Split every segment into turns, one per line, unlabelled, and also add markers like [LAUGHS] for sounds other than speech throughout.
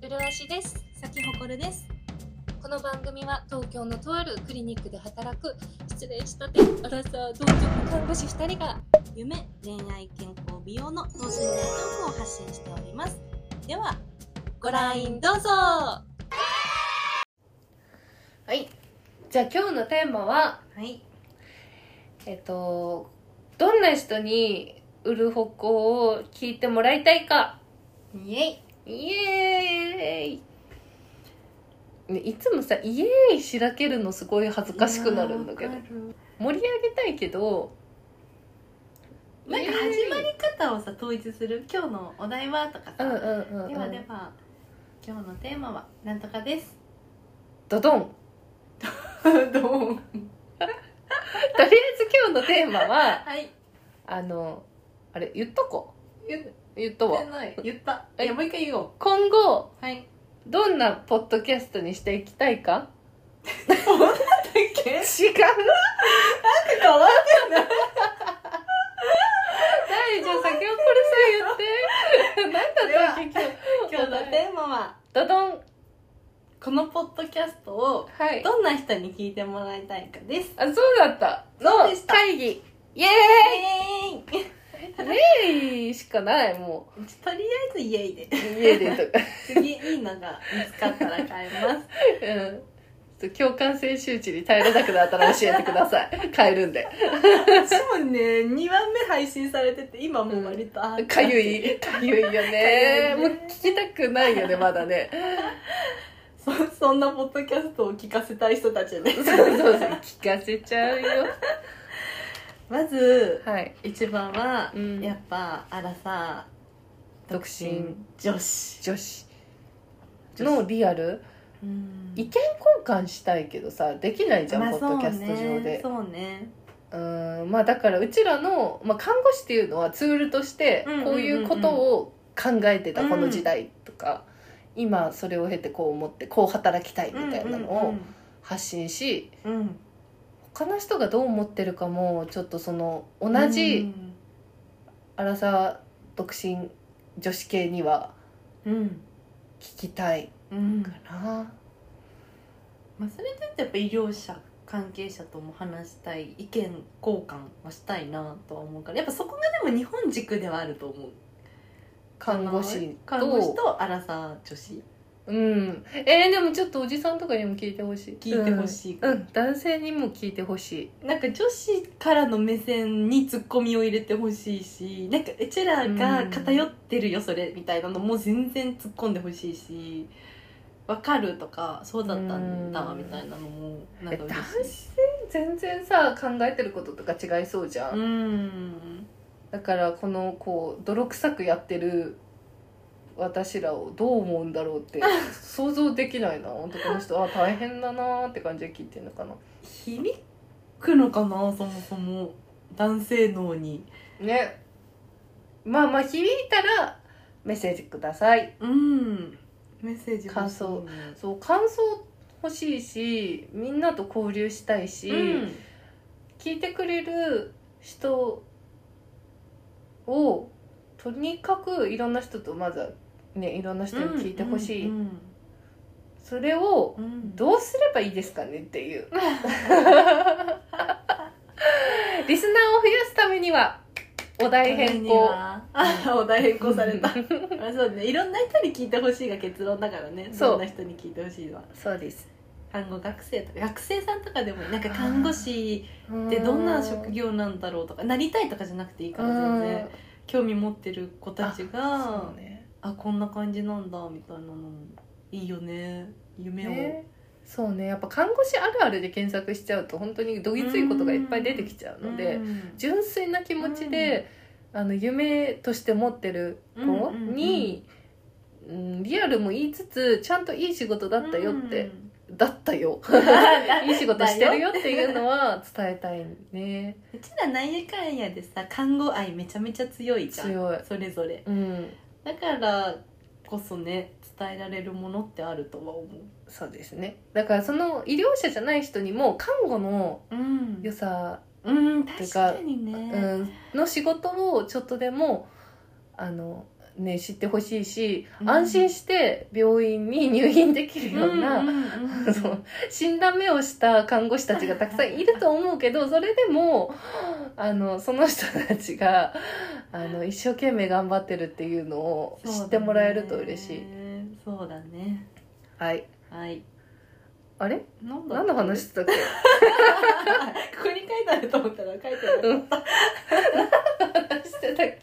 プルアシです
咲ほこるです。
この番組は東京のとあるクリニックで働く失礼したてアラサー同居看護師2人が
夢、恋愛、健康、美容の等身大トークを発信しております。では、
ご覧どうぞ
はい。じゃあ今日のテーマは、
はい。
えっと、どんな人に売る方向を聞いてもらいたいか。
イエイ。
イエーイ、ね、いつもさ、イエーイしらけるのすごい恥ずかしくなるんだけど。盛り上げたいけど、
なんか始まり方をさ、統一する。今日のお題はとか
う
さ。
んうんうん、うん。
ではでは、今日のテーマはなんとか
[LAUGHS]
です。
ド
[LAUGHS]
ドン。
どう
とりあえず今日のテーマは、 [LAUGHS]
はい。
あの、あれ、言っとこ。
言って
言っとわ。
ない。言った。
[LAUGHS] え
いや、もう一回言おう。
今後、 [LAUGHS]
はい。
どんなポッドキャストにしていきたいか
け
違う
変わ
誰じゃあ先ほどこれさ言って何だったっけ
今日のテーマは、
ドドン
このポッドキャストを
はい
どんな人に聞いてもらいたいかです。
あそうだった
そう
の
でした
会議イ
イ
エ
エーイ
ーイイエーイしかないも
とりあえず家で
う家でとか
次いいのが見つかったら買います
[LAUGHS] うんちょっと共感性周知に耐えれなくなったら教えてくださ [LAUGHS] い変えるんで [LAUGHS]
私もね2番目配信されてて今もう割とあ
かゆいかゆいよね
かゆいね
もう聞きたくないよねまだね [LAUGHS]
そそんなポッドキャストを聞かせたい人たちね
[LAUGHS] そうそうそう聞かせちゃうよ
まず
はい
一番は、
うん
やっぱあらさ
独身
女子
女子のリアル
うん
意見交換したいけどさできないじゃん、
まあ
ポッドキャスト上で
そうねそうね
うーんまあだからうちらの、まあ、看護師っていうのはツールとして
うんうんうんうん
こういうことを考えてた
うん
この時代とか、今それを経てこう思ってこう働きたいみたいなのを発信し、
うんうんうん
他の人がどう思ってるかもちょっとその同じ荒さ独身女子系には
うんうん、
聞きたい
うん
かな。
まあ、それといってやっぱ医療者関係者とも話したい意見交換はしたいなとは思うからやっぱそこがでも日本軸ではあると思う
看護師と
看護師とアラサー女子
うんえー、でもちょっとおじさんとかにも聞いてほしい
聞いてほしい、
うん、うん男性にも聞いてほしい
なんか女子からの目線にツッコミを入れてほしいしなんかうちらが偏ってるよそれみたいなのも全然突っ込んでほしいしわかるとかそうだったんだ
うん
みたいなのもな
え
んか
男
嬉しい
性全然さ考えてることとか違いそうじゃん、
うん
だからこのこう泥臭くやってる私らをどう思うんだろうって
[LAUGHS]
想像できないな男の人あ大変だなーって感じで聞いてんのかな
響くのかなそもそも男性脳に
ねまあまあ響いたらメッセージください
うんメッセージ欲しいね
感想そう感想欲しいしみんなと交流したいし、
うん
聞いてくれる人をとにかくいろんな人とまずはねいろんな人に聞いてほしい、
うん
それを
うんうん
どうすればいいですかねっていう
[LAUGHS]
リスナーを増やすためにはお題変
に
更
は [LAUGHS] あお題変更されたあそうねいろんな人に聞いてほしいが結論だからね
そう
どんな人に聞いてほしいのは
そうです
看護学生とか学生さんとかでもいいなんか看護師ってどんな職業なんだろうとかなりたいとかじゃなくていいから全然興味持ってる子たち
うん
が
そうね
あこんな感じなんだみたいなのもいいよね夢を、
ねそうねやっぱ看護師あるあるで検索しちゃうと本当にどぎついことがいっぱい出てきちゃうので、
うん
純粋な気持ちで、あの夢として持ってる子に、うんリアルも言いつつちゃんといい仕事だったよって、、 [LAUGHS] だっ
[LAUGHS]
たよいい仕事してるよっていうのは伝えたいね
うちらなんやかんやでさ看護愛めちゃめちゃ強いじゃん
強い、
それぞれ
うん、
だからこそね伝えられるものってあるとは思
そうですねだからその医療者じゃない人にも看護の
ううん
良さ、
うん
て
確
か
かに
う
ね、
ん、の仕事をちょっとでもあのね、知ってほしいし、
うん
安心して病院に入院できるような、
うんうんうん
その死んだ目をした看護師たちがたくさんいると思うけどそれでもあのその人たちがあの一生懸命頑張ってるっていうのを知ってもらえると嬉しい、
そうだね
はい
はい
あれ
何
何の
[LAUGHS]
話してたっけ
ここに書いてあると思ったら書いてあ
う
る
ん話してたっけ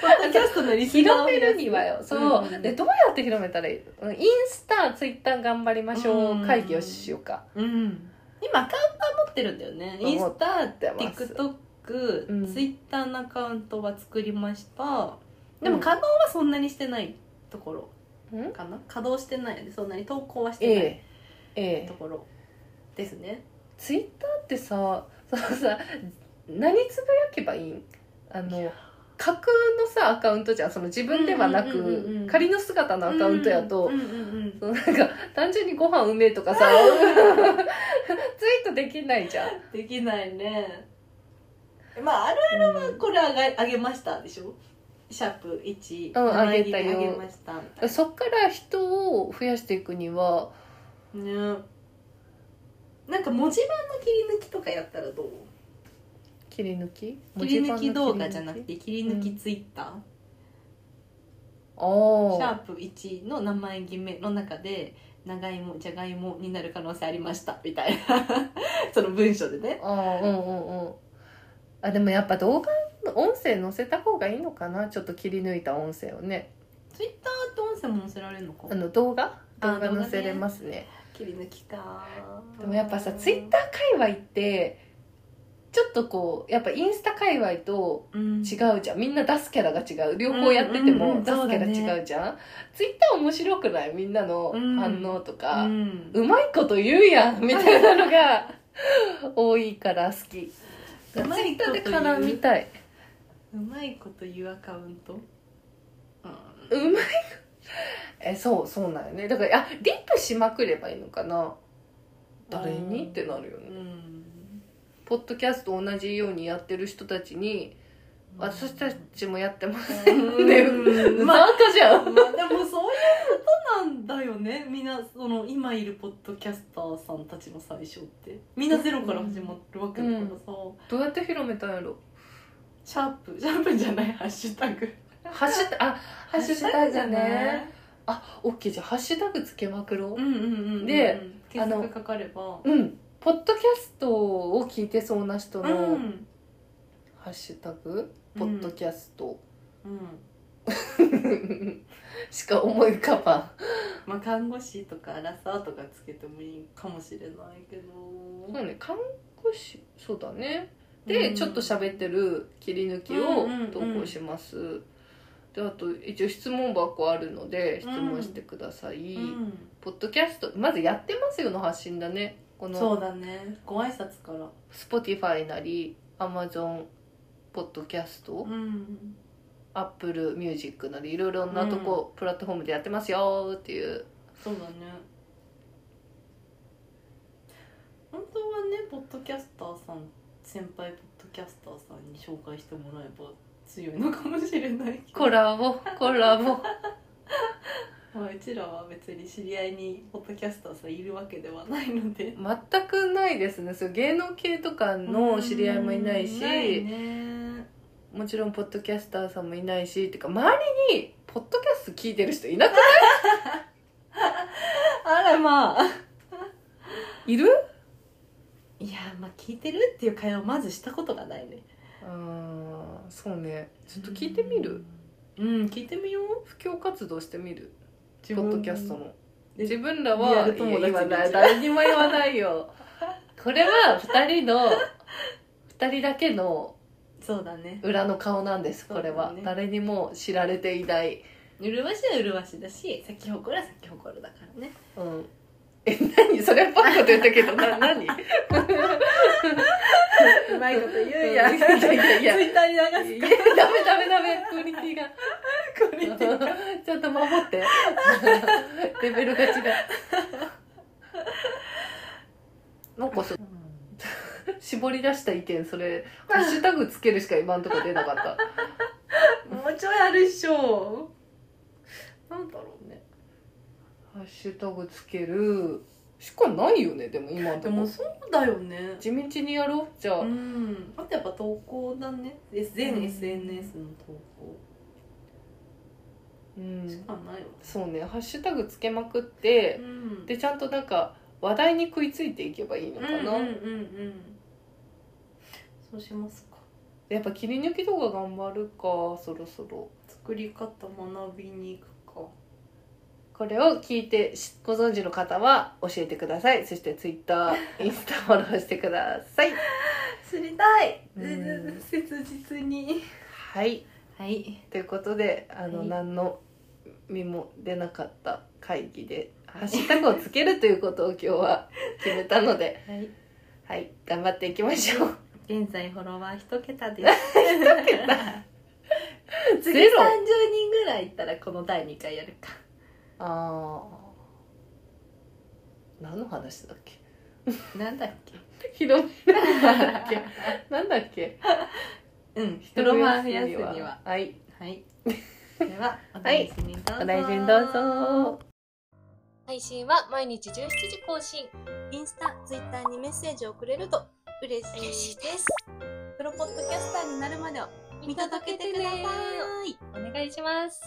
ポッドキャストのリスナーを
[LAUGHS] 広めるにはよそう、
うん
でどうやって広めたらいいうんインスタツイッター頑張りましょ
うん
う会議をしようか
うん今アカウントは持ってるんだよねインスタ
てます
TikTok、
うん
Twitter のアカウントは作りました
うん
でも稼働はそんなにしてないところ
ん
かな稼働してないよねそんなに投稿はし
え
てない
えええ
ところですね
ツイッターってさそのさ何つぶやけばいいんあの架空のさアカウントじゃんその自分ではな
うんうんうんう
く
ん
仮の姿のアカウントやと、
うんうんうん
そのなんか単純にご飯うめえとかさ [LAUGHS] ツイートできないじゃん、
できないねまああるこれあげあげましたでしょシャープ1
うん
名前
あげたよ
あげましたみた
う
い
んそっから人を増やしていくには
なねなんか文字盤の切り抜きとかやったらどう
切り抜き
切り抜き動画じゃなく
文字盤の切り抜
て切り
き
抜きツイッター、シャ
ああ
ープ1の名前決めの中で長芋じゃがいもになる可能性ありましたみたいな [LAUGHS] その文章でね
ああうんうんうんあでもやっぱ動画の音声載せた方がいいのかなちょっと切り抜いた音声をね
ツイッターって音声も載せられるのか
あの動画
あ
動画
動画ね
載せれますね
切り抜きか
でもやっぱさツイッター界隈ってちょっとこうやっぱインスタ界隈と違
ー
うじゃんみんな出すキャラが違う両方やってて
うんうんう
も
ん
出すキャラ違うじゃん、ツイッター面白くないみんなの
うん
反応と
う
か、うんまいこと言うやんみたいなのが [LAUGHS] 多いから好きツイ
うまい
ッ
こ
タ
と
ー
言う
で絡みたいう
まいこと言うアカウントうん
うまいこえそうそうなんよねだからあリプしまくればいいのかな誰にってなるよね
うん
ポッドキャスト同じようにやってる人たちに私たちもやって [LAUGHS] ま
う
せんね
んまあ
ま赤じゃん
まあでもそういうことなんだよねみんなその今いるポッドキャスターさんたちの最初ってみんなゼロから始まるわけだからさ、
どうやって広めたんやろ
シャープシャープじゃないハッシュタグ
[LAUGHS] ハッシュタグあハッシュタグじゃねあオッケーじゃあハッシュタグつけまく
うん
ろ
うんうんうん
で
検索かかれば
ううんポッドキャストを聞いてそうな人
う
の
ん
ハッシュタグ、ポッドキャスト、 [LAUGHS]
うん、
しか思い浮かばん
まあ看護師とかアラサーとかつけてもいいかもしれないけど、
そうだね看護師そうだねで、
うん
ちょっと喋ってる切り抜き
う
を
んうんうん
投稿します、であと一応質問箱あるので質問してください、
うん
ポッドキャストまずやってますよの発信だねこ
そう
の
だねご挨拶から、
Spotify なり Amazon ポッドキャスト、
ん、
Apple Music なりいろいろなとこ、プラットフォームでやってますよっていう
そうだね本当はねポッドキャスターさん先輩ポッドキャスターさんに紹介してもらえば強いのかもしれないけど
コラボコラボ
まあ、うちらは別に知り合いにポッドキャスターさんいるわけではないので
全くないですねそう芸能系とかの知り合いもいないし、
ないね
もちろんポッドキャスターさんもいないしてか周りにポッドキャスト聞いてる人いなく
あらまあ
いる
いやまあ聞いてるっていう会話をまずしたことがないね
あーそうねちょっと聞いてみる
うん聞いてみよう
布教活動してみる
ポ
ポッドキャストの
え
自分ら
リア
は
ル友達に
言わない誰にも言わないよこれは2人の2人だけの
そうだね
裏の顔なんですこれ
そ
は、
うだね
誰にも知られていない、
麗しいは麗しいだし咲き誇るは咲き誇るだからね
うん、え何それっぽいこと言ったけど
[LAUGHS]
な
う
何
まいこと言
う
うや
やん
ん [LAUGHS] ツイッターに
ダ
流す
メダメダメクオリティが
これって
ちょっと守って。
[LAUGHS]
レベルが違う。なんかそう、絞り出した意見、そ
[LAUGHS]
れ、ハッシュタグつけるしか今んとこ出なかった。
もうちょいあるっしょなんだろうね
ハッシュタグつけるしかないよねでも今
で
でも
もそうだよね
地道にやろうじゃあ、
うんあとやっぱ投稿だねえ全
うん
SNS の投稿
うん
しかないわ、
そうねハッシュタグつけまくって
ん
でちゃんとなんか話題に食いついていけばいいのかな、
うんうんうんうんそうしますか
やっぱ切り抜きとか頑張るかそろそろ
作り方学びに行くか
これを聞いてしご存知の方は教えてくださいそしてツイッ [LAUGHS] ターインスタフォローしてください
知りたい
うん
切実に
はい
はい
ということであの、
はい
何の身も出なかった会議でハッシュタグをつけるということを今日は決めたので
はい
[LAUGHS] はい頑張っていきましょう
現在フォロワー一桁です一桁次
[LAUGHS] ゼロ
30人ぐらいいったらこの第2回やるか
[LAUGHS] あー何の話だっけ
なんだっ
広めるんだっけ [LAUGHS] なんだっけ
けうんフォロワー増やすには
はい
はい
[LAUGHS]
ではお大事にどうぞ、
お大事にどうぞ
配信は毎日17時更新インスタ、ツイッターにメッセージをくれると嬉しいです
プロポッドキャスターになるまでを
見届けてくださいお願いします